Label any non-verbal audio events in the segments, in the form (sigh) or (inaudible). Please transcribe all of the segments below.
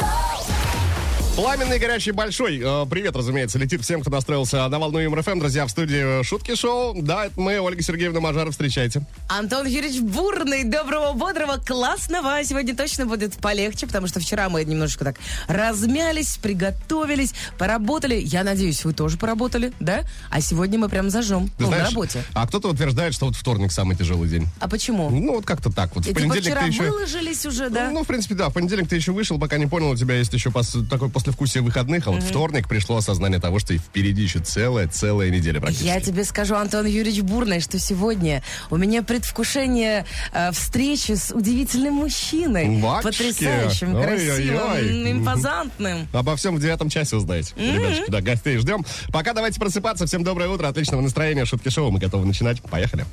шоу, Пламенный, горячий, большой. Э, Привет, разумеется, летит всем, кто настроился на волну МРФМ. Друзья, в студии э, Шутки Шоу. Да, это мы, Ольга Сергеевна Мажаров, встречайте. Антон Юрьевич Бурный, доброго, бодрого, классного. Сегодня точно будет полегче, потому что вчера мы немножечко так размялись, приготовились, поработали. Я надеюсь, вы тоже поработали, да? А сегодня мы прям зажжем. Ты ну, знаешь, на работе. А кто-то утверждает, что вот вторник самый тяжелый день. А почему? Ну, вот как-то так. Вот в И ты вот понедельник вчера ты еще... выложились уже, да? Ну, в принципе, да, в понедельник ты еще вышел, пока не понял, у тебя есть еще пос- такое послевкусие выходных, а вот вторник пришло осознание того, что и впереди еще целая-целая неделя практически. Я тебе скажу, Антон Юрьевич Бурный, что сегодня у меня предвкушение э, встречи с удивительным мужчиной. Батюшки. Потрясающим, красивым, Ой-ой-ой. м, импозантным. Обо всем в девятом часе узнаете. Ребяточки, да, гостей ждем. Пока давайте просыпаться. Всем доброе утро, отличного настроения, шутки шоу. Мы готовы начинать. Поехали.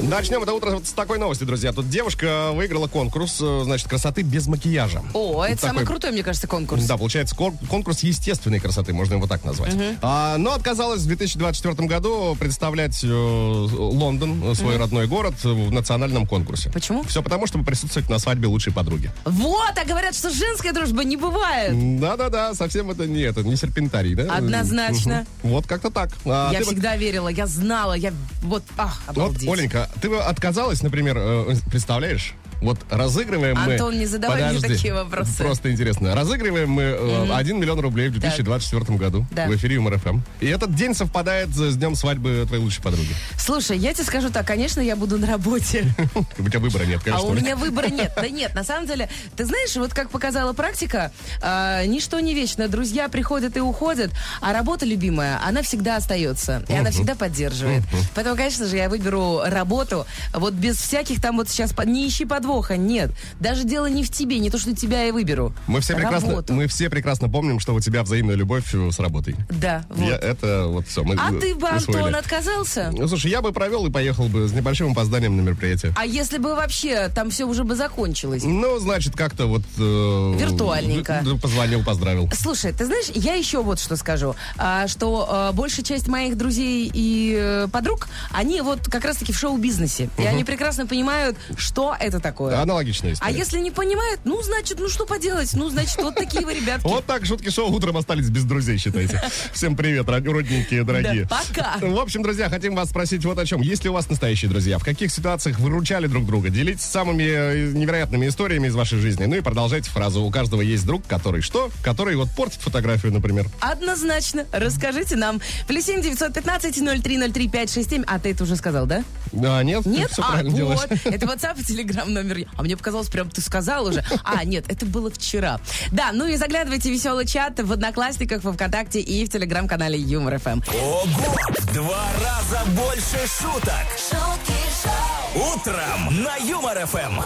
Начнем это утро вот с такой новости, друзья. Тут девушка выиграла конкурс, э, значит, красоты без макияжа. О, это Такой- самый крутой, мне кажется, конкурс. Да, получается, кон- конкурс естественной красоты, можно его так назвать. А, но отказалась в 2024 году представлять э, Лондон, э, свой родной город, э, в национальном конкурсе. Почему? Все потому, чтобы присутствовать на свадьбе лучшей подруги. Вот, а говорят, что женская дружба не бывает. Да-да-да, совсем это не это, не серпентарий, да? Однозначно. Мгм. Вот как-то так. А я ты бы- всегда верила, я знала, я вот, ах, Вот, обалдеть. Оленька, ты бы отказалась, например, э, представляешь? Вот разыгрываем мы... Антон, не задавай мне Подожди. такие вопросы. Просто интересно. Разыгрываем мы э, 1 миллион рублей в 2024 году Да. в эфире МРФМ. И этот день совпадает с днем свадьбы твоей лучшей подруги. (laughs) Слушай, я тебе скажу так, конечно, я буду на работе. У тебя выбора нет, А конечно. у Оля. меня выбора нет. Да нет, на самом деле, ты знаешь, вот как показала практика, а, ничто не вечно. Друзья приходят и уходят, а работа любимая, она всегда остается. И она всегда поддерживает. Поэтому, конечно же, я выберу работу, вот без всяких там вот сейчас, по- не ищи подвоха, нет. Даже дело не в тебе, не то, что тебя я выберу. Мы все, прекрасно, Работу. мы все прекрасно помним, что у тебя взаимная любовь э, с работой. Да, вот. Я- это вот все. Мы, А э, ты бы, усвоили. Антон, отказался? Ну, слушай, я бы провел и поехал бы с небольшим опозданием на мероприятие. А если бы вообще там все уже бы закончилось? Ну, значит, как-то вот... э, Виртуальненько. д- д- Позвонил, поздравил. Слушай, ты знаешь, я еще вот что скажу, а, что а, большая часть моих друзей и э, подруг, они вот как раз-таки в шоу-бизнесе, и они прекрасно понимают, что это такое. Аналогичная история. А если не понимают, ну, значит, ну что поделать, ну, значит, вот такие вы, ребятки. Вот так шутки шоу утром остались без друзей, (laughs) считайте. Всем привет, род- родненькие, дорогие. Да, пока. В общем, друзья, хотим вас спросить вот о чем. Есть ли у вас настоящие друзья? В каких ситуациях выручали друг друга? Делитесь самыми э, невероятными историями из вашей жизни. Ну и продолжайте фразу. У каждого есть друг, который что? Который вот портит фотографию, например. Однозначно, расскажите нам. Плюс семь девятьсот пятнадцать ноль три ноль три пять шесть семь. А ты это уже сказал, да? А, нет? Нет? Все а, правильно вот. делаешь. Это WhatsApp и Telegram номер. А мне показалось, прям ты сказал уже. А, нет, это было вчера. Да, ну и заглядывайте в веселый чат в Одноклассниках, во Вконтакте и в Телеграм-канале Юмор ФМ. Ого! В Два раза больше шуток. шутки шоу, Утром на Юмор Эм. ФМ.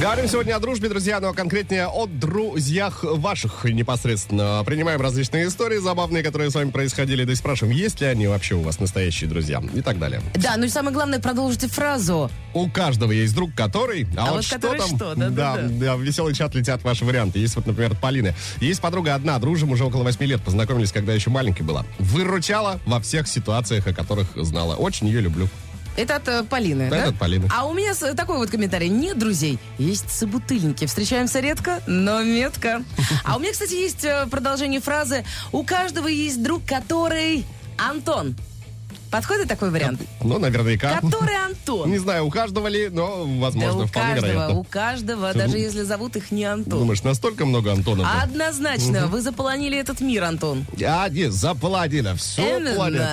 Говорим сегодня о дружбе, друзья, но конкретнее о друзьях ваших непосредственно. Принимаем различные истории забавные, которые с вами происходили, да и спрашиваем, есть ли они вообще у вас настоящие друзья и так далее. Да, ну и самое главное, продолжите фразу. У каждого есть друг, который... А, вот что который там? что, да, да, да, да. в веселый чат летят ваши варианты. Есть вот, например, Полины. Есть подруга одна, дружим уже около восьми лет, познакомились, когда еще маленькой была. Выручала во всех ситуациях, о которых знала. Очень ее люблю. Это от э, Полины, Это да? от Полины. А у меня с- такой вот комментарий. Нет друзей, есть собутыльники. Встречаемся редко, но метко. А у меня, кстати, есть э, продолжение фразы. У каждого есть друг, который... Антон. Подходит такой вариант? Ну, наверняка. Который Антон. Не знаю, у каждого ли, но, Да возможно, у вполне каждого, вероятно. у каждого, даже если зовут их не Антон. Думаешь, настолько много Антонов? А Однозначно, вы заполонили этот мир, Антон. А, не, заполонила всю Именно. планету.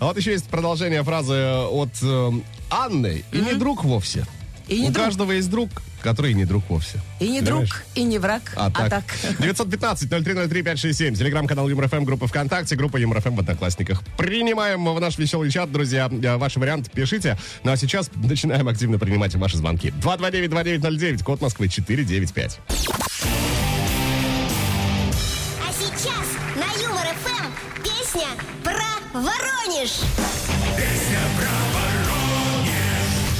А вот еще есть продолжение фразы от э, Анны. И не друг вовсе. И не У друг. каждого есть друг, который не друг вовсе. И не Понимаешь? друг, и не враг, А так. (laughs) так. 915-0303-567. Телеграм-канал ЮморФМ, группа ВКонтакте, группа ЮморФМ в Одноклассниках. Принимаем в наш веселый чат, друзья. Э, Ваши варианты пишите. Ну а сейчас (laughs) начинаем активно принимать ваши звонки. 229-2909, код Москвы 495. А сейчас на Юмор ФМ песня про Воронеж. Песня про Воронеж.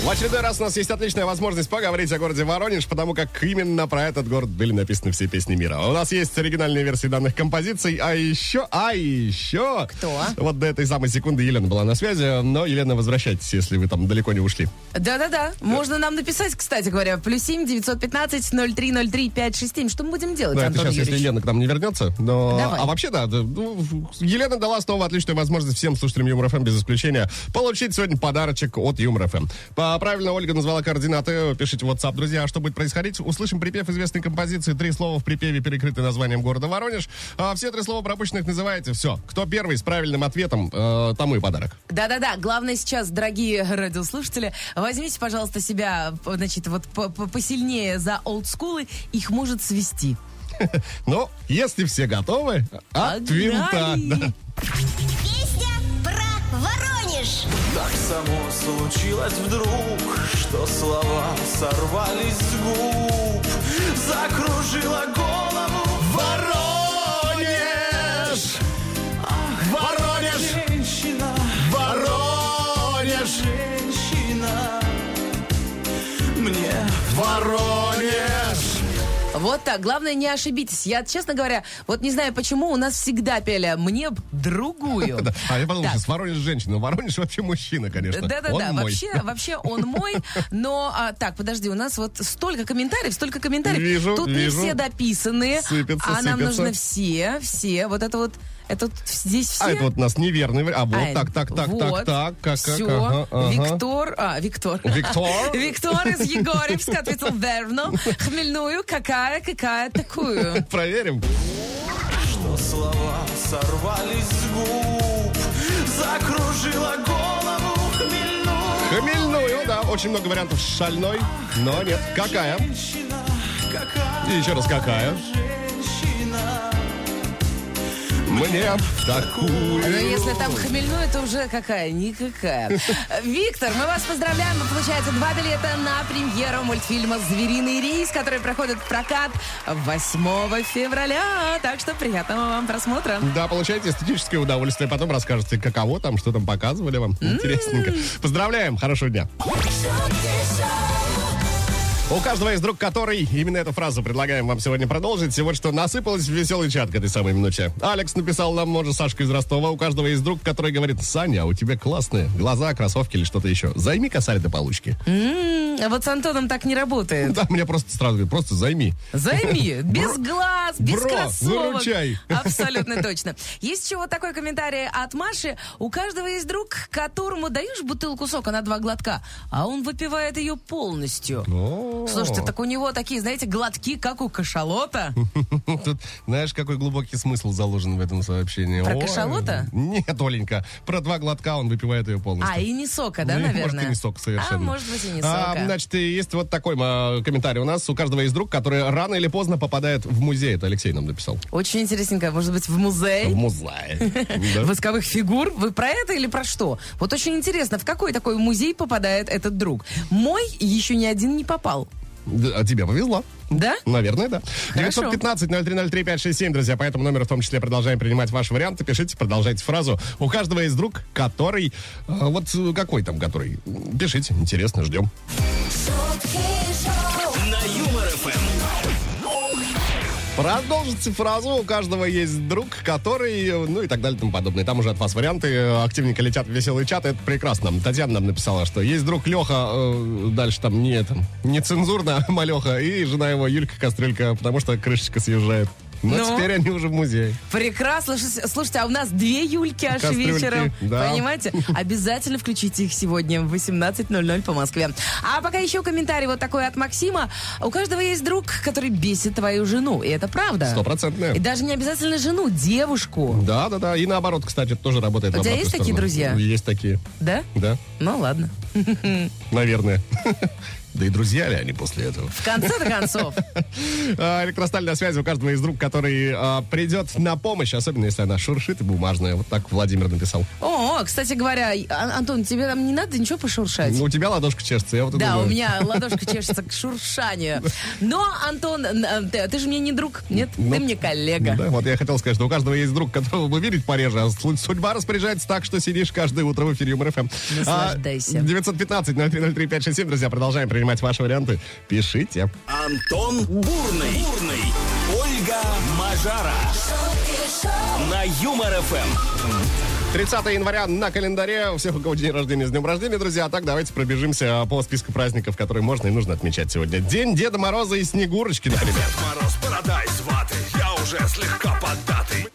В очередной раз у нас есть отличная возможность поговорить о городе Воронеж, потому как именно про этот город были написаны все песни мира. У нас есть оригинальные версии данных композиций, а еще, а еще... Кто? Вот до этой самой секунды Елена была на связи, но, Елена, возвращайтесь, если вы там далеко не ушли. Да-да-да. Можно нам написать, кстати говоря. Плюс семь девятьсот пятнадцать ноль три ноль три пять шесть семь. Что мы будем делать, Ну, это Антон сейчас, если Юрьевич? Елена к нам не вернется. Но... Давай. А вообще, да, да, ну, Елена дала снова отличную возможность всем слушателям Юмор ФМ без исключения получить сегодня подарочек от Юмор ФМ. По- Правильно Ольга назвала координаты. Пишите в WhatsApp, друзья, а что будет происходить. Услышим припев известной композиции. Три слова в припеве перекрыты названием города Воронеж. А все три слова пропущенных называете. Все. Кто первый с правильным ответом, э, тому и подарок. Да-да-да, главное сейчас, дорогие (laughs) радиослушатели, возьмите, пожалуйста, себя, п- значит, вот по- по- посильнее за олдскулы, их может свести. Ну, если все готовы, от Погнали! винта. (laughs) Да. Песня про Воронеж. Так само случилось вдруг, что слова сорвались с губ, закружила голову Воронеж! Воронеж! женщина, Воронеж! женщина. Мне Воронеж! Вот так, главное не ошибитесь. Я, честно говоря, вот не знаю почему, у нас всегда пели «мне б другую». (laughs) Да, А я подумал, Так. что с Воронеж женщина. Воронеж вообще мужчина, конечно. Да-да-да, Он мой. А, вообще, вообще он мой, но... а, так, подожди, у нас вот столько комментариев, столько комментариев. Вижу, Тут вижу. не все дописаны, Сыпется, а нам сыпется. нужно все, все. Вот это вот, это вот здесь все. А это вот у нас неверный вариант. А вот А, так, так, так, вот, так, так, как, как, всё. ага, ага. Виктор, а, Виктор. Виктор? (laughs) Виктор из Егоревска ответил верно. Хмельную, какая, какая, такую. Проверим. что слова сорвались с губ, закружила голову хмельную. Хмельную, да, очень много вариантов шальной, но нет. Какая? Женщина, И какая еще раз какая? женщина. Мне такую. Но Ну, если там хмельную, то уже какая? Никакая. Виктор, мы вас поздравляем. Вы получаете два билета на премьеру мультфильма «Звериный рейс», который проходит в прокат 8 февраля. Так что приятного вам просмотра. Да, получаете эстетическое удовольствие. Потом расскажете, каково там, что там показывали вам. Интересненько. Поздравляем, хорошего дня. шутки шоу, У каждого есть друг, который именно эту фразу предлагаем вам сегодня продолжить. И вот что насыпалось в веселый чат к этой самой минуте. Алекс написал нам, может, Сашка из Ростова. У каждого есть друг, который говорит, Саня, а у тебя классные глаза, кроссовки или что-то еще. Займи косарь до получки. М, Вот с Антоном так не работает. Да, мне просто сразу говорит, просто займи. Займи, без глаз, без бро, кроссовок. выручай. Абсолютно точно. Есть еще вот такой комментарий от Маши. У каждого есть друг, которому даешь бутылку сока на два глотка, а он выпивает ее полностью. О. Слушайте, так у него такие, знаете, глотки, как у кашалота. (laughs) Тут знаешь, какой глубокий смысл заложен в этом сообщении. Про Ой. кашалота? Нет, Оленька. Про два глотка он выпивает ее полностью. А, и не сока, да, Ну, и, наверное? Может, и не сок совершенно. А, может быть, и не А, сока. значит, и есть вот такой а, комментарий у нас. У каждого есть друг, который рано или поздно попадает в музей. Это Алексей нам написал. Очень интересненько. Может быть, в В музей? музей. (laughs) Да. восковых фигур. Вы про это или про что? Вот очень интересно, в какой такой музей попадает этот друг? Мой еще ни один не попал. Да, А тебе повезло. Да? Наверное, да. Хорошо. 915-0303-567, друзья. По этому номеру в том числе продолжаем принимать ваши варианты. Пишите, продолжайте фразу. У каждого есть друг, который... а, Вот э, какой там который? Пишите, интересно, ждем. шутки шоу, На Юмор ФМ. Продолжите фразу. У каждого есть друг, который, э, ну и так далее и тому подобное. Там уже от вас варианты. э, Активненько летят в веселый чат. Это прекрасно. Татьяна нам написала, что есть друг Леха, э, дальше там не это, не (laughs) цензурно, а Малеха, и жена его Юлька Кастрюлька, потому что крышечка съезжает. Но Ну? теперь они уже в музее. Прекрасно. Слушайте, слушайте, а у нас две Юльки аж Кастрюльки, вечером. да. (laughs) Понимаете? Обязательно включите их сегодня в 18.00 по Москве. А пока еще комментарий вот такой от Максима. У каждого есть друг, который бесит твою жену. И это правда. Стопроцентная. И даже не обязательно жену, девушку. Да, да, да. И наоборот, кстати, это тоже работает. У в тебя обратную есть такие сторону. друзья? Есть такие, Да? да, Ну ладно. (laughs) наверное. Да и друзья ли они после этого? В (laughs) конце-то концов. А, Электросталь на связи у каждого из друг, который а, придет на помощь, особенно если она шуршит и бумажная. Вот так Владимир написал. О, кстати говоря, Ан- Антон, тебе там не надо ничего пошуршать? Ну, у тебя ладошка чешется, я вот и Да, думаю. (laughs) у меня ладошка чешется к шуршанию. Но, Антон, э, ты, ты же мне не друг, нет? Ну, ты мне коллега. Да, вот я хотел сказать, что у каждого есть друг, которого вы видеть пореже, а су- судьба распоряжается так, что сидишь каждое утро в эфире МРФМ. Наслаждайся. 915-0303-567. Друзья, продолжаем принимать ваши варианты. Пишите. Антон Бурный. Бурный. Ольга Мажара. шутки шоу, На Юмор Эм. ФМ. 30 января на календаре. У всех, у кого день рождения, с днем рождения, друзья. А так, давайте пробежимся а, по списку праздников, которые можно и нужно отмечать сегодня. День Деда Мороза и Снегурочки, например. Мороз, парадайз, ваты. Я уже слегка поддатый.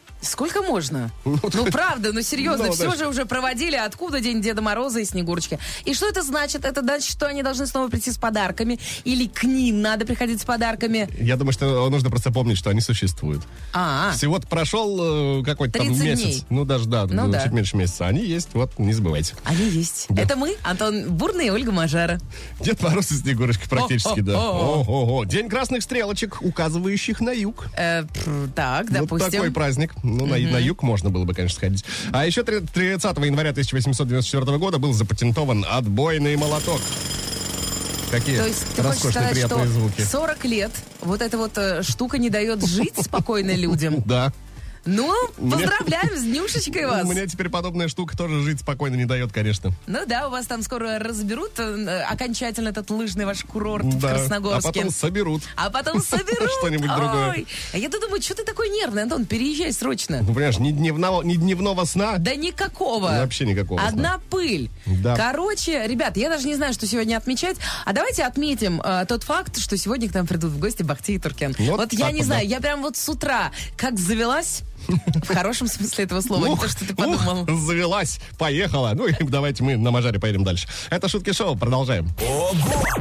(laughs) Сколько можно? Ну, правда, ну, серьезно, Ну, все да. же уже проводили. Откуда День Деда Мороза и Снегурочки? И что это значит? Это значит, что они должны снова прийти с подарками? Или к ним надо приходить с подарками? Я думаю, что нужно просто помнить, что они существуют. А, Всего-то прошел э, какой-то там 30 месяц. дней. Ну, даже, да, Ну э, да. чуть меньше месяца. Они есть, вот, не забывайте. они а, есть. Да. Это мы, Антон Бурный и Ольга Мажара. Дед Мороз и Снегурочка практически, да. О-о-о. Ого-го. День красных стрелочек, указывающих на юг. Э, пф, так, Вот такой допустим. праздник. Ну, на, на юг можно было бы, конечно, сходить. А еще три- 30 января 1894 года был запатентован отбойный молоток. Какие То есть ты хочешь роскошные, сказать, что приятные звуки. 40 лет вот эта вот э, штука не дает жить спокойно людям. (laughs) Да. Ну, Мне- поздравляем с днюшечкой вас. Мне теперь подобная штука тоже жить спокойно не дает, конечно. Ну да, у вас там скоро разберут э, окончательно этот лыжный ваш курорт в Да. Красногорске. А потом соберут. А (laughs) потом соберут. Что-нибудь другое. Ой, а я-то думаю, что ты такой нервный, Антон, переезжай срочно. Ну, понимаешь, ни дневного, ни дневного сна. Да никакого. Вообще никакого сна. Одна пыль. Да. Короче, ребят, я даже не знаю, что сегодня отмечать. А давайте отметим э, тот факт, что сегодня к нам придут в гости Бахти и Туркен. Вот вот я так не вот, знаю, да. я прям вот с утра как завелась. (laughs) В хорошем смысле этого слова, не Ух, то, что ты ух, подумал. завелась, поехала. Ну и давайте мы на мажаре поедем дальше. Это шутки шоу, продолжаем. Ого!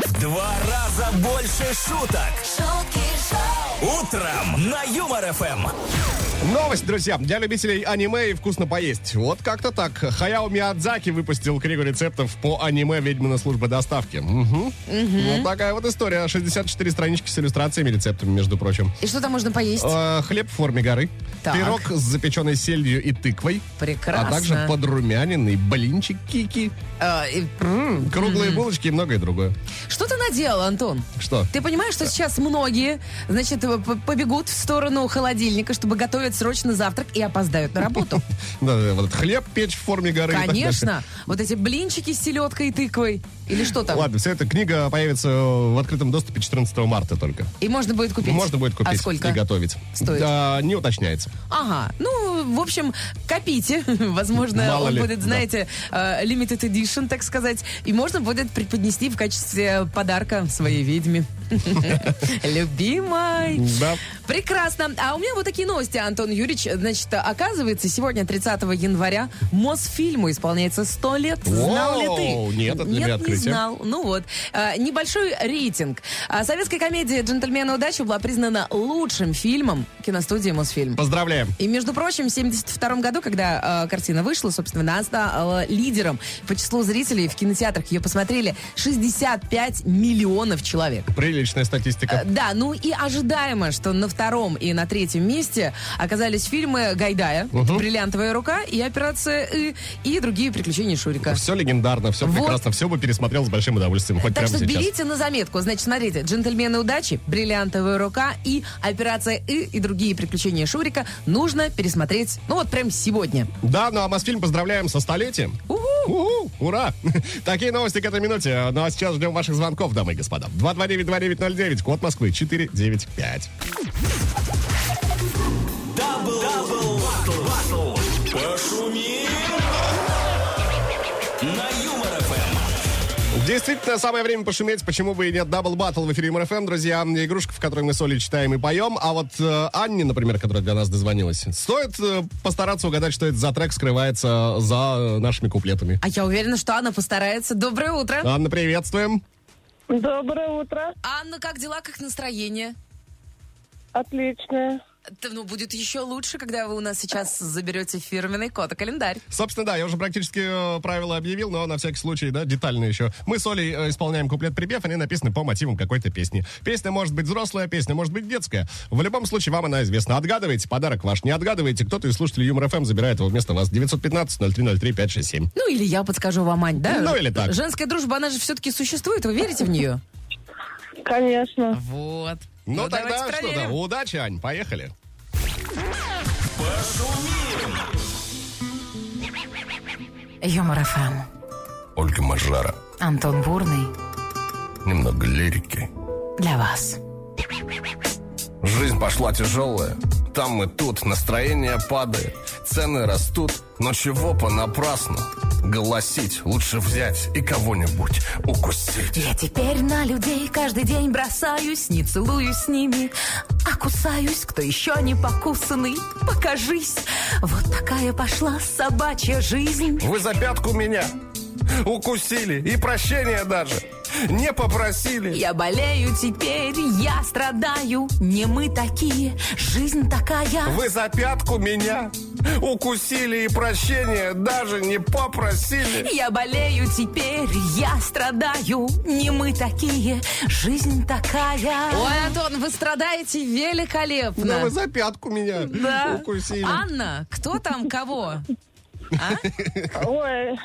В два раза больше шуток. шутки шоу, Утром на Юмор ФМ. Новость, друзья, для любителей аниме и вкусно поесть. Вот как-то так. Хаяо Миядзаки выпустил книгу рецептов по аниме «Ведьмина служба доставки». Мгм. Вот такая вот история. 64 странички с иллюстрациями, рецептами, между прочим. И что там можно поесть? Э, хлеб в форме горы, Так. пирог с запеченной сельдью и тыквой, Прекрасно. а также подрумяненный блинчик кики, Э, и- круглые булочки и многое другое. Что ты наделал, Антон? Что? Ты понимаешь, что сейчас многие, значит, п- побегут в сторону холодильника, чтобы готовить срочно завтрак и опоздают на (laughs) работу. Да, да, вот хлеб печь в форме горы. и так далее. Конечно. Вот эти блинчики с селедкой и тыквой. Или что там? Ладно, вся эта книга появится в открытом доступе 14 марта только. И можно будет купить. Можно будет купить А сколько? и готовить. Стоит? Да, не уточняется. Ага. Ну, в общем, копите. (laughs) Возможно, Мало он ли, будет, да. знаете, э, limited edition, так сказать. И можно будет преподнести в качестве подарка своей ведьме. (laughs) Любимой. Да. Прекрасно. А у меня вот такие новости, Антон Юрьевич. Значит, оказывается, сегодня, 30 января, Мосфильму исполняется 100 лет. Знал ли Воу, ты? нет, это для нет, меня не открытие. знал. Ну вот. А, небольшой рейтинг. А, советская комедия «Джентльмены удачи» была признана лучшим фильмом киностудии Мосфильм. Поздравляем. И, между прочим, в 1972 году, когда э, картина вышла, собственно, она стала лидером по числу зрителей в кинотеатрах. Ее посмотрели 65 миллионов человек. Приличная статистика. Э, Да, ну и ожидаемо, что на втором и на третьем месте оказались фильмы Гайдая, Мгм. «Бриллиантовая рука» и «Операция И» и другие приключения Шурика. Все легендарно, все Вот. прекрасно, все бы пересмотрел с большим удовольствием, хоть Так прямо что сейчас. берите на заметку. Значит, смотрите, «Джентльмены удачи», «Бриллиантовая рука» и «Операция И» и другие приключения Шурика нужно пересмотреть, ну вот прям сегодня. Да, ну а Мосфильм поздравляем со столетием. Уху! Уху, ура! (laughs) Такие новости к этой минуте. Ну а сейчас ждем ваших звонков, дамы и господа. 229-2909, код Москвы 495. Дабл, дабл, батл, батл. Пошумим. На Юмор Эм. ФМ. Действительно, самое время пошуметь, почему бы и нет. Дабл Баттл в эфире МРФМ, друзья. Игрушка, в которой мы соли читаем и поем. А вот э, Анне, например, которая для нас дозвонилась, стоит э, постараться угадать, что это за трек скрывается за э, нашими куплетами. А я уверена, что Анна постарается. Доброе утро. Анна, приветствуем. Доброе утро. Анна, как дела, как настроение? Отлично. Это, ну, будет еще лучше, когда вы у нас сейчас заберете фирменный код и календарь. Собственно, да, я уже практически э, правила объявил, но на всякий случай, да, детально еще. Мы с Олей э, исполняем куплет-припев, они написаны по мотивам какой-то песни. Песня может быть взрослая, песня может быть детская. В любом случае, вам она известна. Отгадывайте, подарок ваш не отгадывайте. Кто-то из слушателей Юмор-ФМ забирает его вместо вас. 915-0303-567. Ну, или я подскажу вам, Ань, да? Ну, или так. Женская дружба, она же все-таки существует, вы верите в нее? Конечно. (laughs) Вот. Ну, тогда давайте что, да, проверим. удачи, Ань, поехали. Юмор ФМ. Ольга Мажара. Антон Бурный Немного лирики. для вас. Жизнь пошла тяжелая. Там и тут настроение падает, цены растут, но чего понапрасну? Голосить лучше взять и кого-нибудь укусить. Я теперь на людей каждый день бросаюсь, не целуюсь с ними, а кусаюсь, кто еще не покусанный, покажись. Вот такая пошла собачья жизнь. Вы за пятку меня укусили и прощения даже не попросили. Я болею теперь, я страдаю, не мы такие, жизнь такая. Вы за пятку меня укусили и прощения даже не попросили. Я болею теперь, я страдаю, не мы такие, жизнь такая. Ой, Антон, вы страдаете великолепно. Да Ну, вы за пятку меня (laughs) Да. А, укусили. Анна, кто (laughs) там кого? Ой,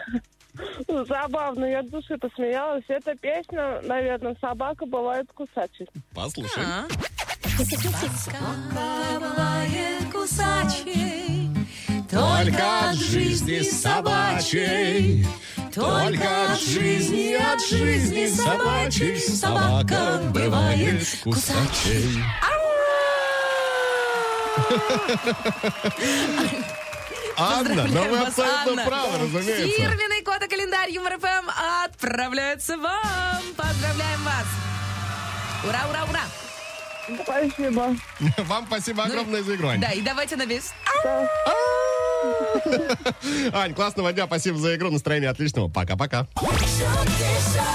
(laughs) забавно, я от души посмеялась. Эта песня, наверное, «Собака бывает кусачей». Послушай. Бывает кусачей, а, Только от жизни собачей, только от жизни, от жизни собачей, собака бывает кусачей. Анна, но вы Поздравляем вас, абсолютно Анна. правы, разумеется. Фирменный код и календарь Юмор ФМ отправляется вам. Поздравляем вас. Ура, ура, ура. Спасибо. Вам спасибо огромное за игру, Ань. Да, и давайте на весь. (laughs) Ань, классного дня, спасибо за игру, настроение отличного. Пока-пока. шутки шоу,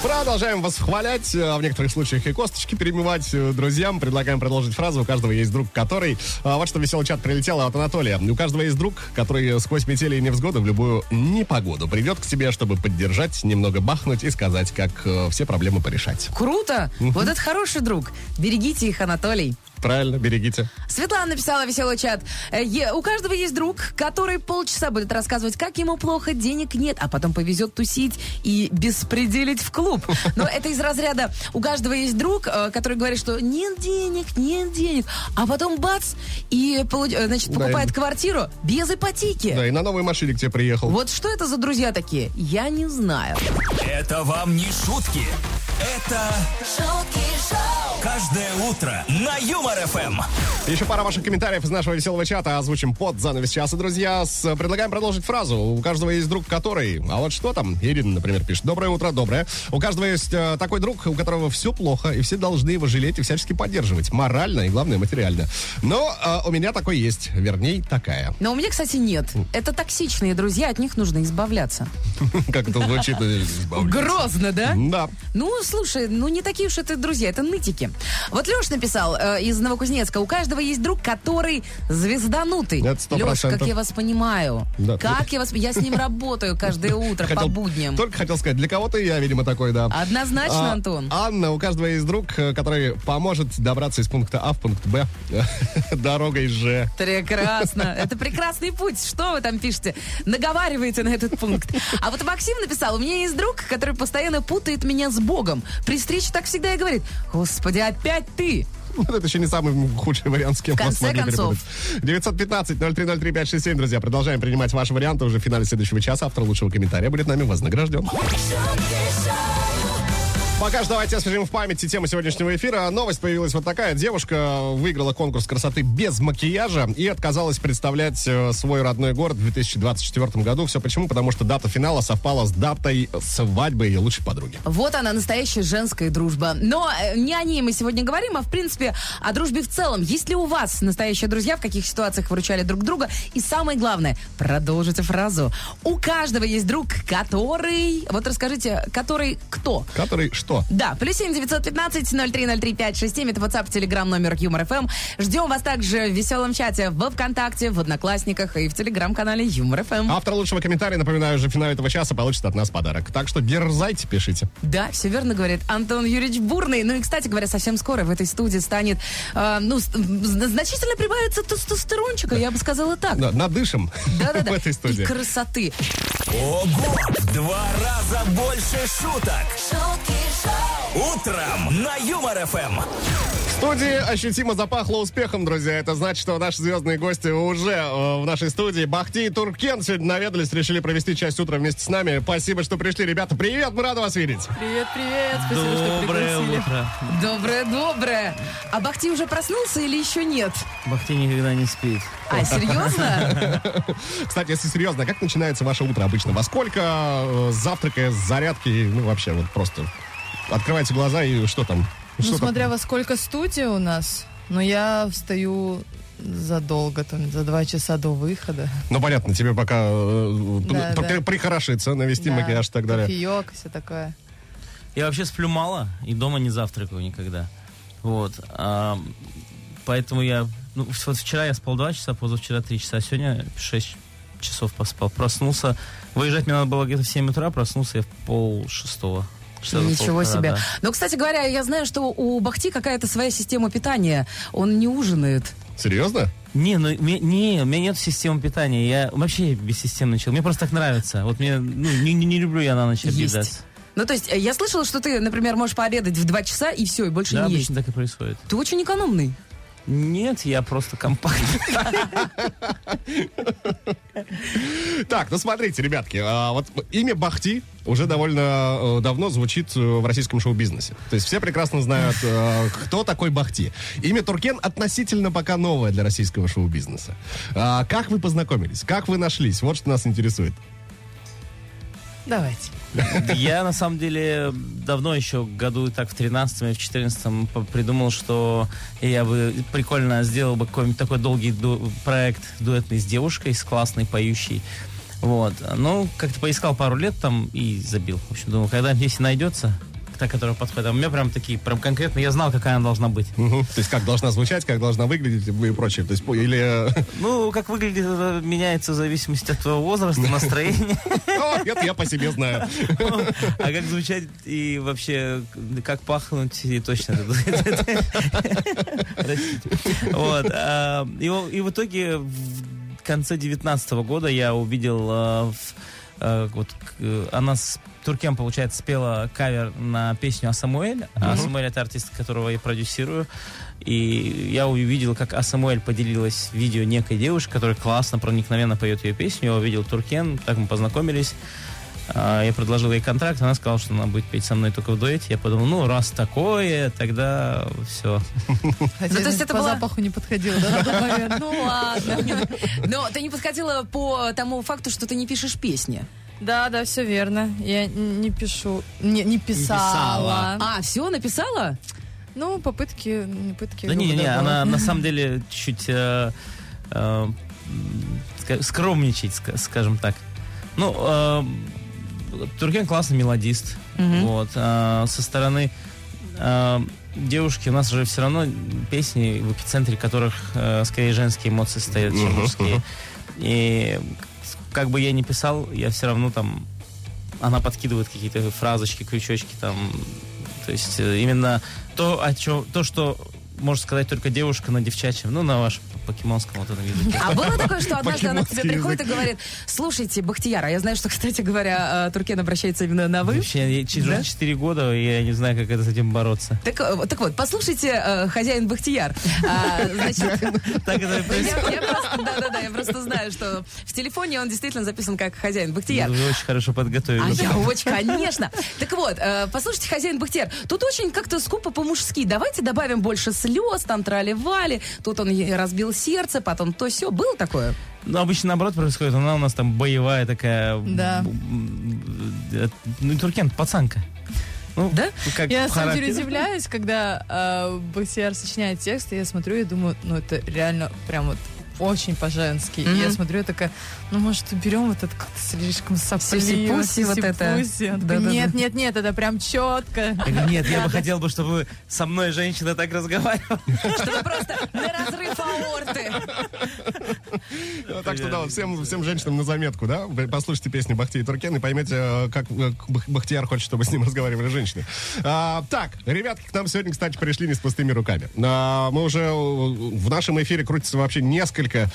Продолжаем вас хвалять, а в некоторых случаях и косточки перемывать э, друзьям. Предлагаем продолжить фразу. У каждого есть друг, который... А вот что веселый чат прилетело от Анатолия. У каждого есть друг, который сквозь метели и невзгоды в любую непогоду придет к тебе, чтобы поддержать, немного бахнуть и сказать, как э, все проблемы порешать. Круто. Вот это хороший друг. Берегите их, Анатолий. Правильно, берегите. Светлана написала в веселый чат. Э, е- у каждого есть друг, который полчаса будет рассказывать, как ему плохо, денег нет, а потом повезет тусить и беспределить в клуб. (laughs) Но это из разряда у каждого есть друг, э, который говорит, что нет денег, нет денег, а потом бац, и полу- э, значит, Да, покупает и- квартиру без ипотеки. Да, и на новой машине к тебе приехал. Вот что это за друзья такие? Я не знаю. Это вам не шутки. Это шутки шоу, каждое утро на Юмор ФМ. Еще пара ваших комментариев из нашего веселого чата озвучим под занавес часа, друзья. С- э, предлагаем продолжить фразу. У каждого есть друг, который... А вот что там? Ирина, например, пишет. Доброе утро, доброе. У каждого есть э, такой друг, у которого все плохо, и все должны его жалеть и всячески поддерживать. Морально и, главное, материально. Но э, у меня такой есть. Вернее, такая. (laughs) Но у меня, кстати, нет. Хм. Это токсичные друзья, от них нужно избавляться. Как это звучит? э, Грозно, да? Да. Ну, слушай, ну не такие уж это друзья, это нытики. Вот Леш написал э, из Новокузнецка, у каждого есть друг, который звезданутый. Это сто Леш, как процентов. я вас понимаю. Да. Как я вас... Я с ним работаю (laughs) каждое утро по Хотел- будням. Только хотел сказать, для кого-то и я, видимо, такой, да. Однозначно, А, Антон. Анна, у каждого есть друг, э, который поможет добраться из пункта А в пункт Б э, (laughs) дорогой же. Прекрасно. Это прекрасный путь. Что вы там пишете? Наговариваете на этот пункт. А вот Максим написал, у меня есть друг, который постоянно путает меня с Богом. При встрече так всегда и говорит, господи, опять ты. Вот Ну, это еще не самый худший вариант, с кем В вас конце могли концов. перепутать. 915-0303-567, друзья. Продолжаем принимать ваши варианты уже в финале следующего часа. Автор лучшего комментария будет нами вознагражден. шутки шоу, Пока же давайте освежим в памяти тему сегодняшнего эфира. Новость появилась вот такая. Девушка выиграла конкурс красоты без макияжа и отказалась представлять э, свой родной город в 2024 году. Все почему? Потому что дата финала совпала с датой свадьбы ее лучшей подруги. Вот она, настоящая женская дружба. Но э, не о ней мы сегодня говорим, а в принципе о дружбе в целом. Есть ли у вас настоящие друзья, в каких ситуациях выручали друг друга? И самое главное, продолжите фразу. У каждого есть друг, который... Вот расскажите, который кто? Который что? Да, плюс семь девятьсот пятнадцать ноль три ноль три пять шесть семь. Это WhatsApp, Telegram, номер Юмор ФМ. Ждем вас также в веселом чате во ВКонтакте, в Одноклассниках и в Телеграм-канале Юмор ФМ. Автор лучшего комментария, напоминаю, уже в финале этого часа получит от нас подарок. Так что дерзайте, пишите. Да, все верно говорит Антон Юрьевич Бурный. Ну и, кстати говоря, совсем скоро в этой студии станет, э, ну, с- зна- значительно прибавится тестостерончика, я бы сказала так. Да, надышим Да-да-да. (laughs) в этой И студии. красоты. Ого! В два раза больше шуток. шутки шоу, Утром на Юмор ФМ. студии ощутимо запахло успехом, друзья. Это значит, что наши звездные гости уже э, в нашей студии. Бахти и Туркен сегодня наведались, решили провести часть утра вместе с нами. Спасибо, что пришли, ребята. Привет, мы рады вас видеть. Привет, привет. Спасибо, что Доброе пригласили. утро. Доброе-доброе. А Бахти уже проснулся или еще нет? Бахти никогда не спит. А, серьезно? Кстати, если серьезно, как начинается ваше утро обычно? Во сколько э, завтрака, зарядки, ну вообще вот просто открывайте глаза и что там? (laughs) Что Ну, там? смотря во сколько студия у нас, но я встаю задолго, там, за два часа до выхода. Ну понятно, тебе пока э, Да, при- да. прихорошиться, навести Да, макияж и так далее. кофеек, все такое. Я вообще сплю мало и дома не завтракаю никогда. Вот. А, поэтому я... Ну, в- вот вчера я спал 2 часа, позавчера 3 часа, а сегодня 6 часов поспал. Проснулся. Выезжать мне надо было где-то в 7 утра, проснулся я в пол шестого. Часа за Ничего полтора, себе. да. Но, кстати говоря, я знаю, что у Бахти какая-то своя система питания. Он не ужинает. Серьезно? Не, ну, ме- не, у меня нет системы питания. Я вообще без систем начал. Мне просто так нравится. Вот мне, ну, не, не- не люблю я на ночь Есть. обидаться. Ну, то есть, э, я слышала, что ты, например, можешь пообедать в 2 часа и все, и больше Да, не обычно есть. так и происходит. Ты очень экономный. Нет, я просто компактный. Так, ну смотрите, ребятки, а, вот имя Бахти уже довольно э, давно звучит э, в российском шоу-бизнесе. То есть все прекрасно знают, э, кто такой Бахти. Имя Туркен относительно пока новое для российского шоу-бизнеса. А, Как вы познакомились? Как вы нашлись? Вот что нас интересует. Давайте. Я на самом деле давно еще году так в 13 и в 14 по- придумал, что я бы прикольно сделал бы какой-нибудь такой долгий ду- проект дуэтный с девушкой, с классной поющей. Вот. Ну, как-то поискал пару лет там и забил. В общем, думал, когда если найдется, та, которая подходит. А у меня прям такие, прям конкретно я знал, какая она должна быть. Мгм. То есть как должна звучать, как должна выглядеть и прочее. То есть по- или... э, (laughs) Ну, как выглядит, это меняется в зависимости от твоего возраста, (laughs) настроения. «О, Нет, я по себе знаю. А как звучать и вообще как пахнуть, и точно. Простите. Вот. а, И во- и в итоге в конце 19 года я увидел а, в- а, вот к- э, она с Туркем, получается, спела кавер на песню Асамуэль. А Асамуэль это артист, которого я продюсирую. И я увидел, как Асамуэль поделилась видео некой девушки, которая классно, проникновенно поет ее песню. Я увидел Туркен, так мы познакомились. А, Я предложил ей контракт, она сказала, что она будет петь со мной только в дуэте. Я подумал, ну, раз такое, тогда все. Хотя Ну, то есть это по была- запаху не подходило, да, на тот момент? Ну, ладно. (laughs) Но ты не подходила по тому факту, что ты не пишешь песни. (laughs) Да, да, все верно. Я н- не пишу, не, не писала. А, все, написала? Ну, попытки, не пытки. Да не, грубо не, говоря. она на самом деле чуть-чуть э, э, м, ска- скромничает, ска- скажем так. Ну, э, Туркен классный мелодист. Вот. а со стороны э, девушки у нас же все равно песни, в эпицентре которых э, скорее женские эмоции стоят, чем мужские. И как бы я ни писал, я все равно там... Она подкидывает какие-то фразочки, крючочки там. То есть э, именно то, о чем, то, что может сказать только девушка на девчачьем, ну, на вашем покемонском вот этом языке. А было такое, что однажды она к тебе Покемонский приходит и язык. говорит, слушайте, Бахтияр, а я знаю, что, кстати говоря, э, Туркен обращается именно на вы. Вообще, я через 4 года, и я не знаю, как это с этим бороться. Так, э, так вот, послушайте, э, хозяин Бахтияр. А, значит, Так это я, и я происходит. просто, да-да-да, я просто знаю, что в телефоне он действительно записан как хозяин Бахтияр. Вы очень хорошо А подготовились. я очень, конечно. Так вот, э, послушайте, хозяин Бахтер, тут очень как-то скупо по-мужски. Давайте добавим больше слез, там трали-вали. Тут он ей разбил сердце, потом то все. Было такое? Ну, обычно наоборот происходит, она у нас там боевая такая... Да. м, э, Ну, и туркен, пацанка. Ну, Да? как Я на в самом деле характере. удивляюсь, когда э, Бахтияр сочиняет текст, и я смотрю и думаю, ну это реально прям вот очень по-женски. И я Мгм. смотрю и такая, ну может уберем вот это как-то слишком сопливо. Сиси-пуси вот это. сиси-пуси». Он такой, Да-да-да. Нет, нет, нет, это прям четко. Я говорю, Нет, я бы хотел бы, чтобы со мной женщина так разговаривала. Чтобы просто на разрыв аорты. Ну, Так что да, вот всем, всем женщинам на заметку, да? Вы Послушайте песню Бахти и Туркен и поймете, э, как э, Бах- Бахтияр хочет, чтобы с ним (laughs) разговаривали женщины. А, так, ребятки к нам сегодня, кстати, пришли не с пустыми руками. А, мы уже э, в нашем эфире крутится вообще несколько несколько,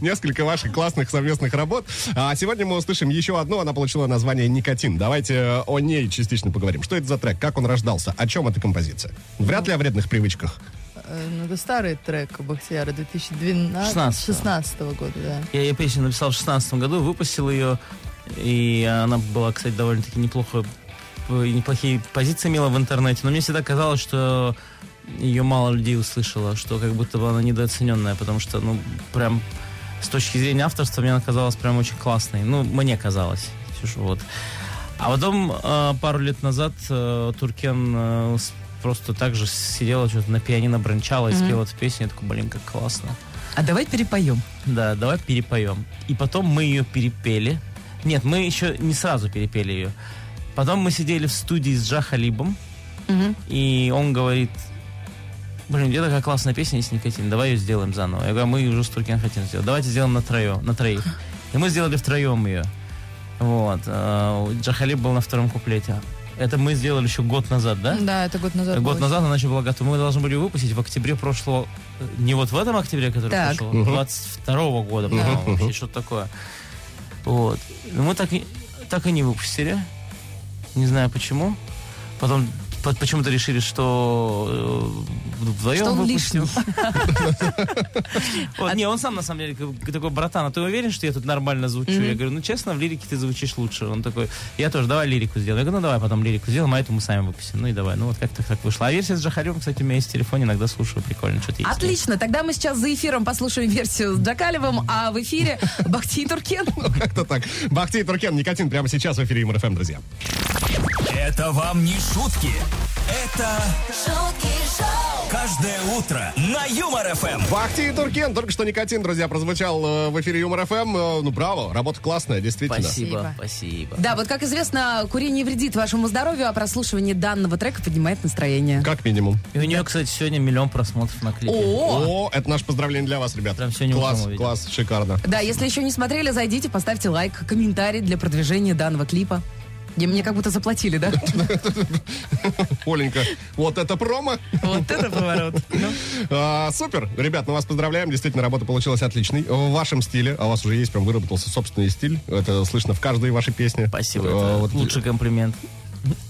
(laughs) несколько ваших классных совместных работ. А сегодня мы услышим еще одну. Она получила название «Никотин». Давайте э, о ней частично поговорим. Что это за трек? Как он рождался? О чем эта композиция? Вряд ли о вредных привычках. (laughs) Э, Ну, это старый трек Бахтияра 2012... 16-го. 16 года, да. Я ее песню написал в 2016 году, выпустил ее, и она была, кстати, довольно-таки неплохо, и неплохие позиции имела в интернете, но мне всегда казалось, что ее мало людей услышало, что как будто бы она недооцененная, потому что, ну, прям с точки зрения авторства мне она казалась прям очень классной. Ну, мне казалось. Всё ж Вот. А потом э, пару лет назад э, Туркен э, с- просто так же сидела, что-то на пианино брончала и спела эту песню. Я такой, блин, как классно. А давай перепоем. Да, давай перепоем. И потом мы ее перепели. Нет, мы еще не сразу перепели ее. Потом мы сидели в студии с Джа Халибом, и он говорит, блин, где такая классная песня есть никотин, давай ее сделаем заново. Я говорю, «А мы уже с Туркен хотим сделать, давайте сделаем на, трое, на троих. И мы сделали втроем ее. Вот. а, Джа Халиб был на втором куплете. Это мы сделали еще год назад, да? Да, это год назад. Год было. назад она еще была готова. Мы должны были её выпустить в октябре прошлого... э, Не вот в этом октябре, который Так. прошел, 22 года, по-моему, вообще что-то такое. Вот. Но мы так, и- так и не выпустили. Не знаю почему. Потом по- почему-то решили, что э, вдвоем Что он выпустим. лишний. Вот, не, он сам на самом деле как- такой, братан, а ты уверен, что я тут нормально звучу? Я говорю, ну честно, в лирике ты звучишь лучше. Он такой, я тоже, давай лирику сделаем. Я говорю, ну давай потом лирику сделаем, а эту мы сами выпустим. Ну и давай, ну вот как-то так вышло. А версия с Жахарем, кстати, у меня есть в телефоне, иногда слушаю, прикольно, что-то есть. Отлично, тогда мы сейчас за эфиром послушаем версию с Джакалевым, а в эфире Бахти Туркен. Как-то так. Бахти и Туркен, никотин прямо сейчас в эфире МРФМ, друзья. Это вам не шутки. Это шутки шоу, каждое утро на Юмор ФМ. Бахти и Туркен, только что никотин, друзья, прозвучал э, в эфире Юмор ФМ. Э, Ну, браво, работа классная, действительно. Спасибо, спасибо. Да, вот как известно, курение вредит вашему здоровью, а прослушивание данного трека поднимает настроение. Как минимум. И у нее, кстати, сегодня миллион просмотров на клипе. О! О, это наше поздравление для вас, ребят. Прям сегодня класс, утром увидел. класс, шикарно. (laughs) Да, если еще не смотрели, зайдите, поставьте лайк, комментарий для продвижения данного клипа. Где мне как будто заплатили, (laughs) да? Оленька, вот это промо. (laughs) Вот это поворот. Ну, А, супер. Ребят, мы вас поздравляем. Действительно, работа получилась отличной. В вашем стиле. А у вас уже есть, прям выработался собственный стиль. Это слышно в каждой вашей песне. Спасибо, А, это вот лучший комплимент.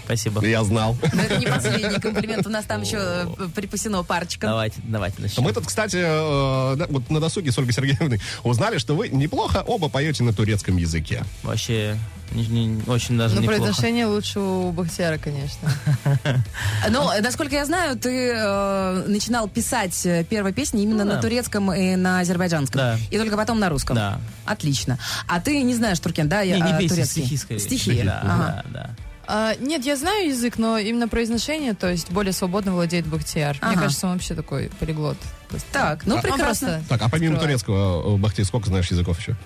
Спасибо. Я знал. (laughs) Но это не последний комплимент, у нас там еще э, припасено парочка. Давайте, давайте начнем. А Мы тут, кстати, э, да, вот на досуге с Ольгой Сергеевной узнали, что вы неплохо оба поете на турецком языке. Вообще, не- не- очень даже Ну, неплохо. произношение лучше у Бахтияра, конечно. Но, э, насколько я знаю, ты э, начинал писать э, первые песни именно Ну да. на турецком и на азербайджанском. Да. И только потом на русском. Да. Отлично. А ты не знаешь туркен, да? Не, не а, песни, турецкий? стихи скорее. Стихи. Да, Ага. да, да. А, нет, я знаю язык, но именно произношение, то есть более свободно владеет Бахтияр. Мне Ага. кажется, он вообще такой полиглот. Так, ну Он прекрасно. просто Так, а помимо скрывает. турецкого, э, Бахти, сколько знаешь языков еще?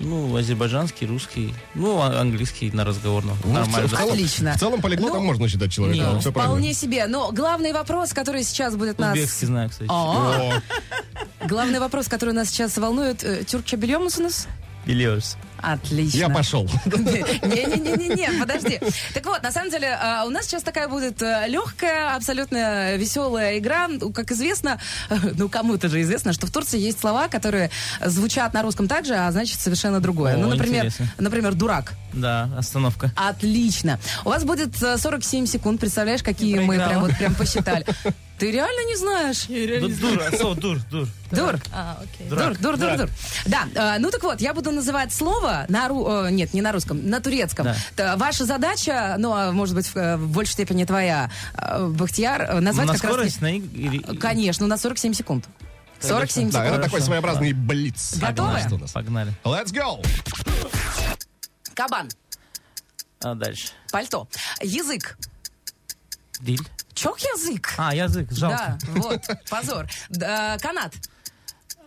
Ну, азербайджанский, русский, ну, а- английский на разговорном. Нормально. Ну, в целом- Отлично. В целом полиглотом Ну, можно считать человека. не, он всё Вполне себе. Но главный вопрос, который сейчас будет нас... Узбекский знаю, кстати. О, правильно. О, главный вопрос, который нас сейчас волнует. э, Тюркче берем у нас? Biliyoruz. Отлично. Я (laughs) пошел. (laughs) Не-не-не-не, подожди. Так вот, на самом деле, а, у нас сейчас такая будет а, легкая, абсолютно веселая игра. Ну, Как известно, (laughs) ну кому-то же известно, что в Турции есть слова, которые звучат на русском так же, а значит совершенно другое. О, Ну, например, интересно. например, дурак. Да, остановка. Отлично. У вас будет э, 47 секунд. Представляешь, какие мы проиграла. прям вот прям посчитали. Ты реально не знаешь? Да дур, отцов, дур, дур. Дур. А, окей. Дур, дур, дур, дур. Да, э, ну так вот, я буду называть слово на ру... э, нет, не на русском, на турецком. Да. Т- ваша задача, ну, а, может быть, в, э, в большей степени твоя, э, Бахтияр, э, назвать На как скорость, раз... А, на иг- или- Конечно, на 47 секунд. 47 Да, секунд. это Хорошо. такой своеобразный блиц. Готовы? Что у нас? Погнали. Let's go! Кабан, А дальше. пальто, язык. Диль. Чок язык? А, язык, жалко. Да, вот, позор. Да, канат,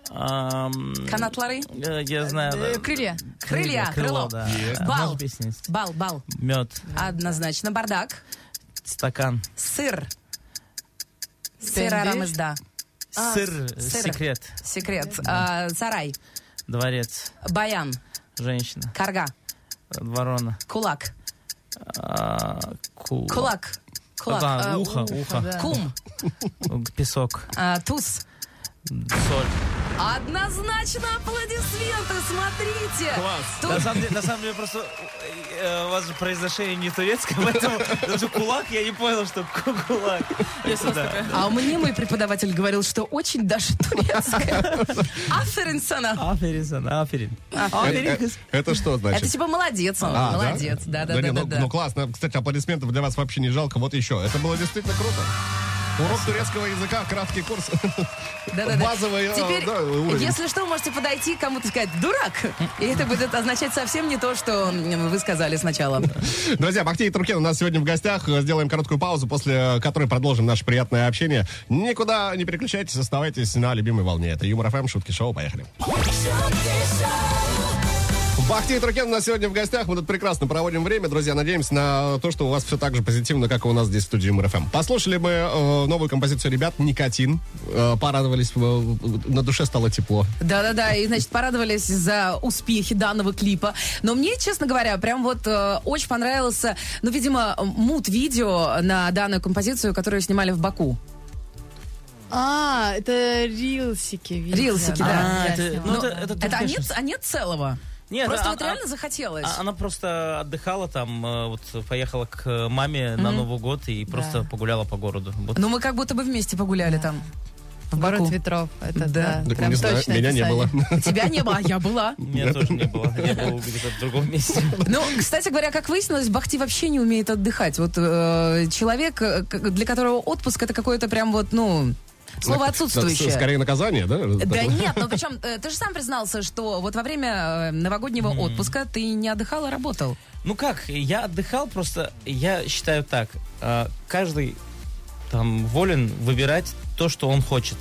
Ам, канат лары. э, Я знаю. Э, да. Крылья. Крылья, крыло. да. Бал. Можно песню? Бал, бал. Мед, Однозначно. Бардак. стакан, Сыр. Сэндвич. Сырарам изда. А, сыр, э, сыр. секрет, Секрет. А, сарай. дворец, Баян. женщина, Карга. э, ворона, Кулак. а, ку- Кулак. Кулак. Э, Да, А, ухо, ухо, да. Кум. песок, А, Э, туз. соль, Однозначно аплодисменты, смотрите. Тут- На самом деле, на самом деле просто э, у вас же произношение не турецкое, поэтому даже кулак, я не понял, что ку- кулак. Да. А мне мой преподаватель говорил, что очень даже (laughs) турецкая. Аферин сана. Аферин сана, аферин. Э, э, Это что значит? Это типа молодец, он, А, да? молодец. Да, не, да, да, да, ну, да. ну классно. Кстати, аплодисментов для вас вообще не жалко. Вот еще. Это было действительно круто. Урок турецкого языка, краткий курс. Да, да, да. Базовый э, Теперь, да, уровень. если что, можете подойти к кому-то и сказать «дурак», и это будет означать совсем не то, что м, вы сказали сначала. Друзья, Бахтей Трукен у нас сегодня в гостях. Сделаем короткую паузу, после которой продолжим наше приятное общение. Никуда не переключайтесь, оставайтесь на любимой волне. Это Юмор ФМ, Шутки Шоу. Поехали. Бахти и Трукен у нас сегодня в гостях. Мы тут прекрасно проводим время, друзья. Надеемся на то, что у вас все так же позитивно, как и у нас здесь в студии МРФМ. Послушали мы э, новую композицию ребят «Никотин». Э, порадовались, э, на душе стало тепло. Да-да-да, и, значит, порадовались за успехи данного клипа. Но мне, честно говоря, прям вот э, очень понравился, ну, видимо, мут-видео на данную композицию, которую снимали в Баку. А, Э, это рилсики. видимо. Рилсики, да. А, это- ну, это- это Это а конечно. нет, а нет целого? Нет, Просто а- вот а- реально захотелось. А Она просто отдыхала там, э, вот поехала к э, маме на Новый год и просто погуляла по городу. Вот. Ну, мы как будто бы вместе погуляли там. В Баку. Город ветров. Это Да. да. Так, Прям не знаю, точное меня не описание. было. Тебя не было, а я была. Меня тоже не было. Я был где-то в другом месте. (laughs) Ну, кстати говоря, как выяснилось, Бахти вообще не умеет отдыхать. Вот э, человек, э, к- для которого отпуск это какое-то прям вот, ну, слово отсутствующее. Скорее наказание, да? Да нет, но причем э, ты же сам признался, что вот во время э, новогоднего отпуска ты не отдыхал, а работал. Ну как, я отдыхал, просто я считаю так. э, Каждый там волен выбирать то, что он хочет.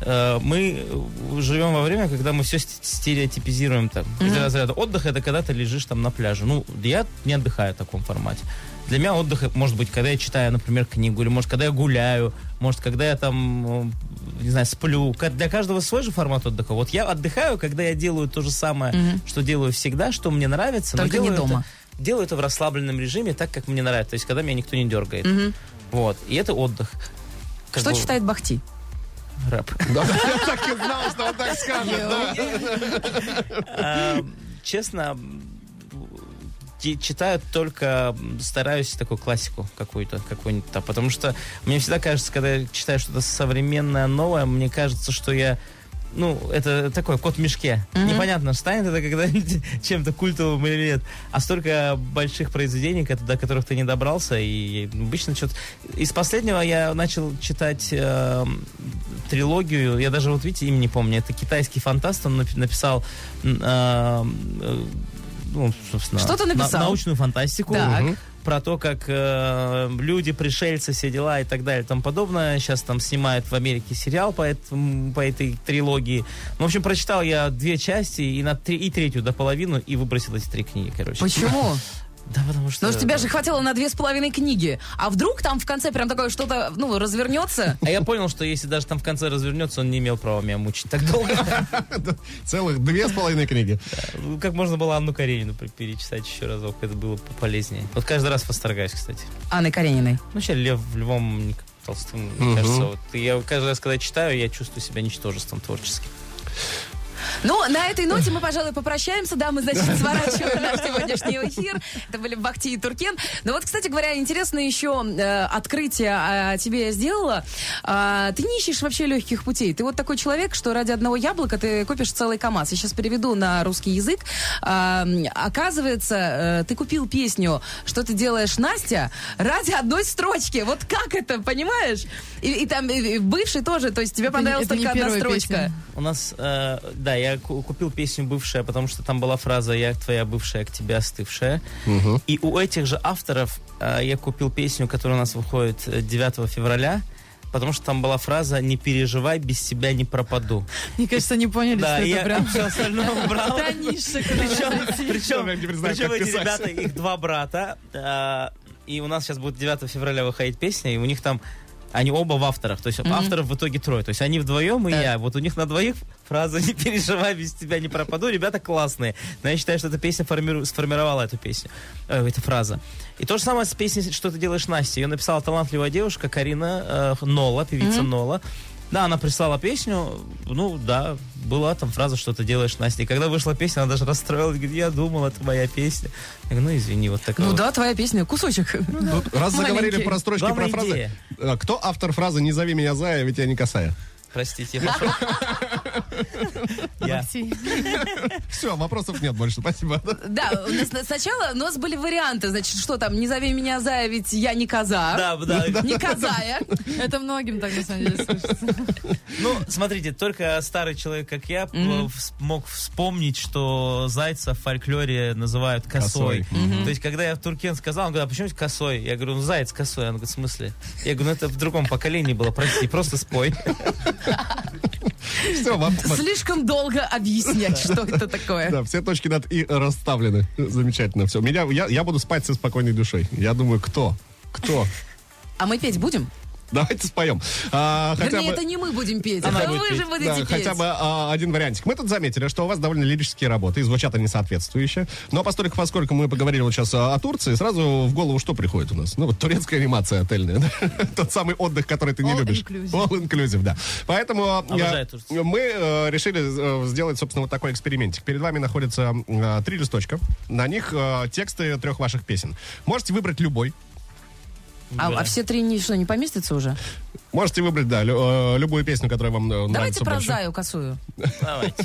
Э, Мы живем во время, когда мы все стереотипизируем там. Из разряда отдых это когда ты лежишь там на пляже. Ну, я не отдыхаю в таком формате. Для меня отдых э, может быть, когда я читаю, например, книгу, или может, когда я гуляю, может, когда я там, э, не знаю, сплю. Ка- Для каждого свой же формат отдыха. Вот я отдыхаю, когда я делаю то же самое, что делаю всегда, что мне нравится. но Только не делаю это- дома. делаю это в расслабленном режиме, так как мне нравится, то есть когда меня никто не дергает. Вот. И это отдых. Как Что бы читает Бахти? рэп. (laughs) Я так и знал, что он так скажет, да. А, Честно, чи- читаю только, м, стараюсь такую классику какую-то, какую-нибудь там, потому что мне всегда кажется, когда я читаю что-то современное, новое, мне кажется, что я ну, это такой кот в мешке. Непонятно, станет это когда (laughs) чем-то культовым или нет. А столько больших произведений, ко- до которых ты не добрался, и обычно что-то... Из последнего я начал читать эм, трилогию, я даже вот, видите, имя не помню, это китайский фантаст, он напи- написал... м, эм, э, ну, собственно, Что-то на- написал. научную фантастику Так. про то, как э, люди, пришельцы, все дела и так далее и тому подобное. Сейчас там снимают в Америке сериал по, этому- по этой трилогии. Ну, в общем, прочитал я две части и, на три, и третью до половину и выбросил эти три книги, (laughs) короче. Почему? Да, потому что... Потому что Ну, тебя же хватило на две с половиной книги. А вдруг там в конце прям такое что-то, ну, развернется? А я понял, что если даже там в конце развернется, он не имел права меня мучить так долго. (laughs) Целых две с половиной книги. Ну, Как можно было Анну Каренину пер- перечитать еще разок, это было бы полезнее. Вот каждый раз восторгаюсь, кстати. Анной Карениной. Ну, вообще Лев Львом Ник- Толстым, мне кажется, вот я каждый раз, когда читаю, я чувствую себя ничтожеством творческим. Ну, на этой ноте мы, пожалуй, попрощаемся. Да, (laughs) мы, значит, сворачиваем наш сегодняшний эфир. Это были Бахти и Туркен. Но вот, кстати говоря, интересно еще э, открытие э, тебе я сделала. А, ты не ищешь вообще легких путей. Ты вот такой человек, что ради одного яблока ты купишь целый КАМАЗ. Я сейчас переведу на русский язык. А, м, оказывается, э, ты купил песню «Что ты делаешь, Настя?» ради одной строчки. Вот как это, понимаешь? И, и там и- и бывший тоже. То есть тебе Это не- понравилась это не только одна первая строчка. песня. У нас, э, да, я ку- купил песню «Бывшая», потому что там была фраза «Я твоя бывшая, к тебе остывшая». И у этих же авторов э, я купил песню, которая у нас выходит э, 9 февраля, потому что там была фраза «Не переживай, без тебя не пропаду». Мне кажется, не поняли, Да, что и это я (laughs) А прям... все остальное убрал. Танишек. (laughs) Причем, причем, Я не знаю, причем как эти писать. ребята, их два брата, э, и у нас сейчас будет 9 февраля выходить песня, и у них там они оба в авторах, то есть авторов в итоге трое, то есть они вдвоем и я. Вот у них на двоих фраза "не переживай, без тебя не пропаду". Ребята классные, но я считаю, что эта песня формиру- сформировала эту песню, э, эта фраза. И то же самое с песней "Что ты делаешь, Настя". Ее написала талантливая девушка Карина э, Нола, певица Нола. Да, она прислала песню, ну да, была там фраза, что ты делаешь, Настя. И когда вышла песня, она даже расстроилась, говорит, я думал, это моя песня. Я говорю, ну извини, вот такая Ну вот. да, твоя песня, кусочек. Ну Ну, Тут, раз заговорили Маленький. про строчки, Главная про фразы. идея. э, Кто автор фразы «Не зови меня Зая, ведь я не касая»? (laughs) Простите, хорошо. Я. Все, вопросов нет больше, спасибо. (laughs) Да, у нас на- сначала у нас были варианты, значит, что там, не зови меня Зая, ведь я не коза. (laughs) Да, да. Не козая. Это многим так, на самом деле, слышится. Ну, смотрите, только старый человек, как я, э, вс- мог вспомнить, что зайца в фольклоре называют косой. Косой. То есть, когда я в Туркен сказал, он говорит, а почему это косой? Я говорю, ну, заяц косой. Он говорит, в смысле? Я говорю, ну, это в другом поколении было, прости, (laughs) просто спой. Все, вам... Слишком долго объяснять, что это такое. Да, все точки над «и» расставлены. Замечательно все. Меня, я, я буду спать со спокойной душой. Я думаю, кто? Кто? А мы петь будем? Давайте споем. А, хотя Вернее, бы- это не мы будем петь, Она это вы будет А же петь. Да, будете петь. хотя бы а, один вариантик. Мы тут заметили, что у вас довольно лирические работы, и звучат они соответствующие. Но поскольку, поскольку мы поговорили вот сейчас о, о Турции, сразу в голову что приходит у нас? Ну, вот турецкая анимация отельная. да? (laughs) Тот самый отдых, который ты не All любишь. inclusive. All inclusive, да. Поэтому а, Обожаю Турцию. мы э, решили э, сделать, собственно, вот такой экспериментик. Перед вами находятся э, три листочка. На них э, тексты трех ваших песен. Можете выбрать любой. А, Да. а все три ни- что, не поместятся уже? Можете выбрать, да, лю- э, любую песню, которая вам э, нравится Давайте про больше. Заю косую. Давайте.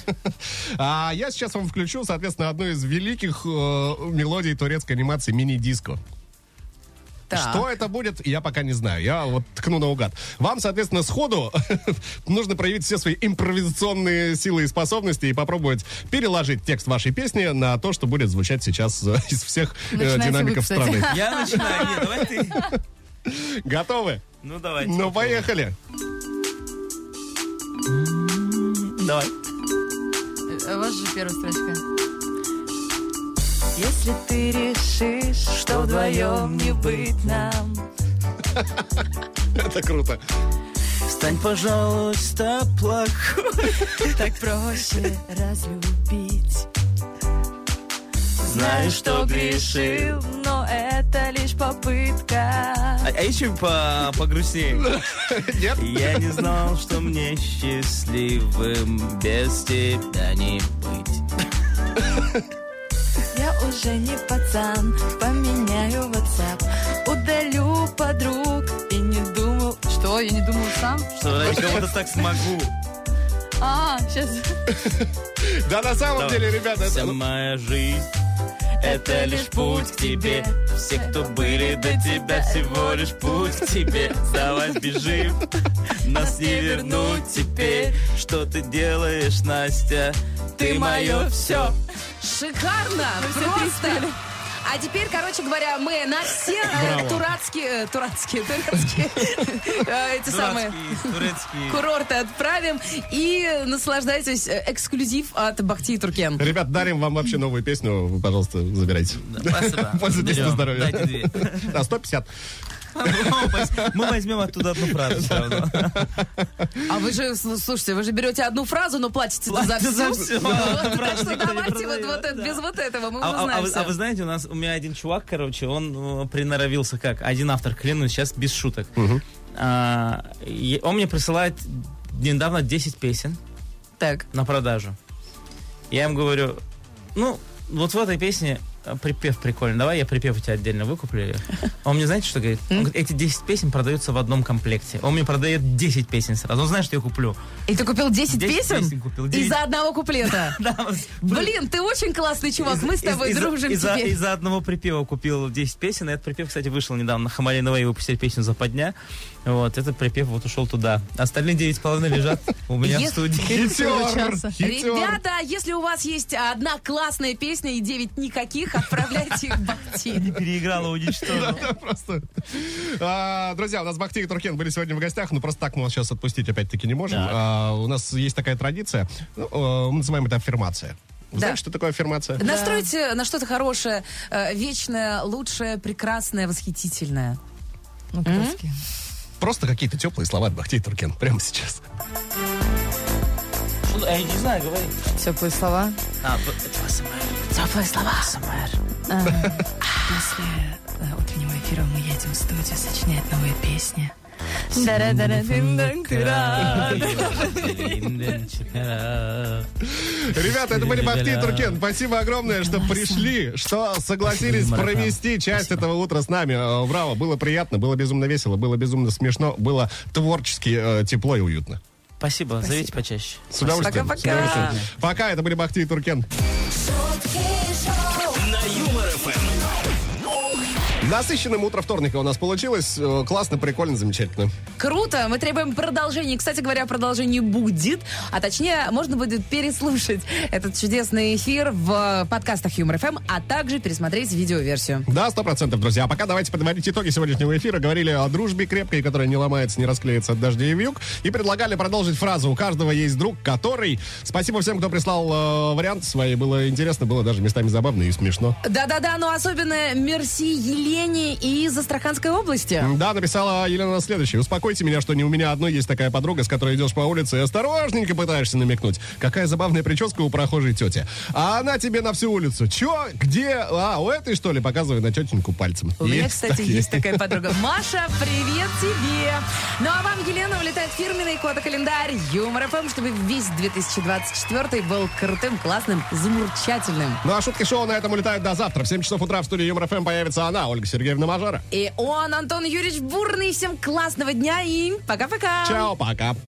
А я сейчас вам включу, соответственно, одну из великих э, мелодий турецкой анимации мини-диско. Так. Что это будет, я пока не знаю. Я вот ткну наугад. Вам, соответственно, сходу (laughs) нужно проявить все свои импровизационные силы и способности и попробовать переложить текст вашей песни на то, что будет звучать сейчас э, (laughs) из всех э, Начинайте динамиков вы, кстати. страны. Я начинаю. Нет, давай ты. Готовы? Ну, давайте. Ну, поехали. (laughs) Давай. Э, вас же первая строчка. Если ты решишь, что вдвоем не быть нам, Это круто. Встань, пожалуйста, плакать. так проще разлюбить. Знаю, что грешил, но это лишь попытка. А, а еще по погрустнее. Нет? Я не знал, что мне счастливым без тебя не быть. Я уже не пацан, поменяю WhatsApp, удалю подруг и не думал. Что? Я не думала сам? Что ради кого-то так смогу. А, сейчас. Да на самом Давай. деле, ребята, Вся это... моя жизнь это лишь путь к тебе. Все, кто были до тебя, всего лишь путь к тебе. Давай сбежим, нас не вернуть теперь. Что ты делаешь, Настя? Ты мое все. Шикарно! Просто! А теперь, короче говоря, мы на все э, турацкие, э, турацкие, турецкие, э, эти самые турецкий. курорты отправим и наслаждайтесь э, эксклюзив от Бахти и Туркен. Ребят, дарим вам вообще новую песню. Вы, пожалуйста, забирайте. Спасибо. Пользуйтесь на Берем. здоровье. Дайте две. (laughs) Да, 150. Мы возьмем оттуда одну фразу все равно. А вы же, с- слушайте, вы же берете одну фразу, но платите за Платите за всю. всё. Вот, Так Фразу что никто не давайте вот- вот продает, это- да. без вот этого, мы А, а- а узнаем вы, а вы всё. знаете, у нас у меня один чувак, короче, он э, приноровился как один автор, клянусь, сейчас без шуток. А, и он мне присылает недавно 10 песен Так, на продажу. Я им говорю, ну, вот в этой песне э, припев прикольный, давай я припев у тебя отдельно выкуплю ее. Он мне, знаете, что говорит? Он говорит, эти 10 песен продаются в одном комплекте. Он мне продает 10 песен сразу. Он знает, что я куплю. и ты купил 10 10 песен песен купил, из-за одного (laughs) куплета. Блин, ты очень классный чувак, мы с тобой из, дружим из, теперь. Из-за одного припева купил 10 песен. И этот припев, кстати, вышел недавно. Хамали Новей выпустили песню «Западня». Вот, этот припев вот ушел туда. Остальные 9,5 лежат у меня в Е- студии. Хитер! Хитер! Ребята, если у вас есть одна классная песня и 9 никаких, отправляйте их в Бахти. Переиграла, уничтожила. Да, просто. А, друзья, у нас Бахти и Туркен были сегодня в гостях, но просто так мы вас сейчас отпустить опять-таки не можем. Так. А, у нас есть такая традиция, ну, э, мы называем это аффирмация. Вы Да. Знаете, что такое аффирмация? Настройте на что-то хорошее, э, вечное, лучшее, прекрасное, восхитительное. Ну, краски. Просто какие-то теплые слова от Бахти и Туркен прямо сейчас. Я не знаю, говори. Теплые слова. А, вот это АСМР. Теплые слова. После э, утреннего эфира мы едем в студию сочинять новые песни. Ребята, это были Бахти и Туркен. Спасибо огромное, что пришли, что согласились Спасибо, Марат. провести часть этого утра с нами. Э, Браво, было приятно, было безумно весело, было безумно смешно, было творчески э, тепло и уютно. Спасибо, зовите почаще. С удовольствием. Пока-пока. с удовольствием. Пока, это были Бахти и Туркен. На Юмор ФМ. Насыщенным утро вторника у нас получилось. Э, Классно, прикольно, замечательно. Круто, мы требуем продолжения. Кстати говоря, продолжение будет, а точнее, можно будет переслушать этот чудесный эфир в э, подкастах Юмор ФМ, а также пересмотреть видеоверсию. Да, сто процентов, друзья. А пока давайте подводить итоги сегодняшнего эфира. Говорили о дружбе крепкой, которая не ломается, не расклеится от дождей и вьюг. И предлагали продолжить фразу «У каждого есть друг, который...» Спасибо всем, кто прислал э, варианты свои. Было интересно, было даже местами забавно и смешно. Да-да-да, но особенно мерси Елене из Астраханской области. Да, написала Елена следующее. Успокойте меня, что не у меня одной есть такая подруга, с которой идешь по улице и осторожненько пытаешься намекнуть. Какая забавная прическа у прохожей тети. А она тебе на всю улицу. Чё? Где? А, у этой, что ли? Показывай на тетеньку пальцем. У меня, Есть кстати, такие. есть такая подруга. Маша, привет тебе! Ну а вам, Елена, улетает фирменный календарь Юмор ФМ, чтобы весь 2024 был крутым, классным, замурчательным. Ну а шутки шоу на этом улетают до завтра. В 7 часов утра в студии Юмор ФМ появится она, Ольга Сергеевна Мажара. И он, Антон Юрьевич Бурный. Всем классного дня и пока-пока! Чао, пока.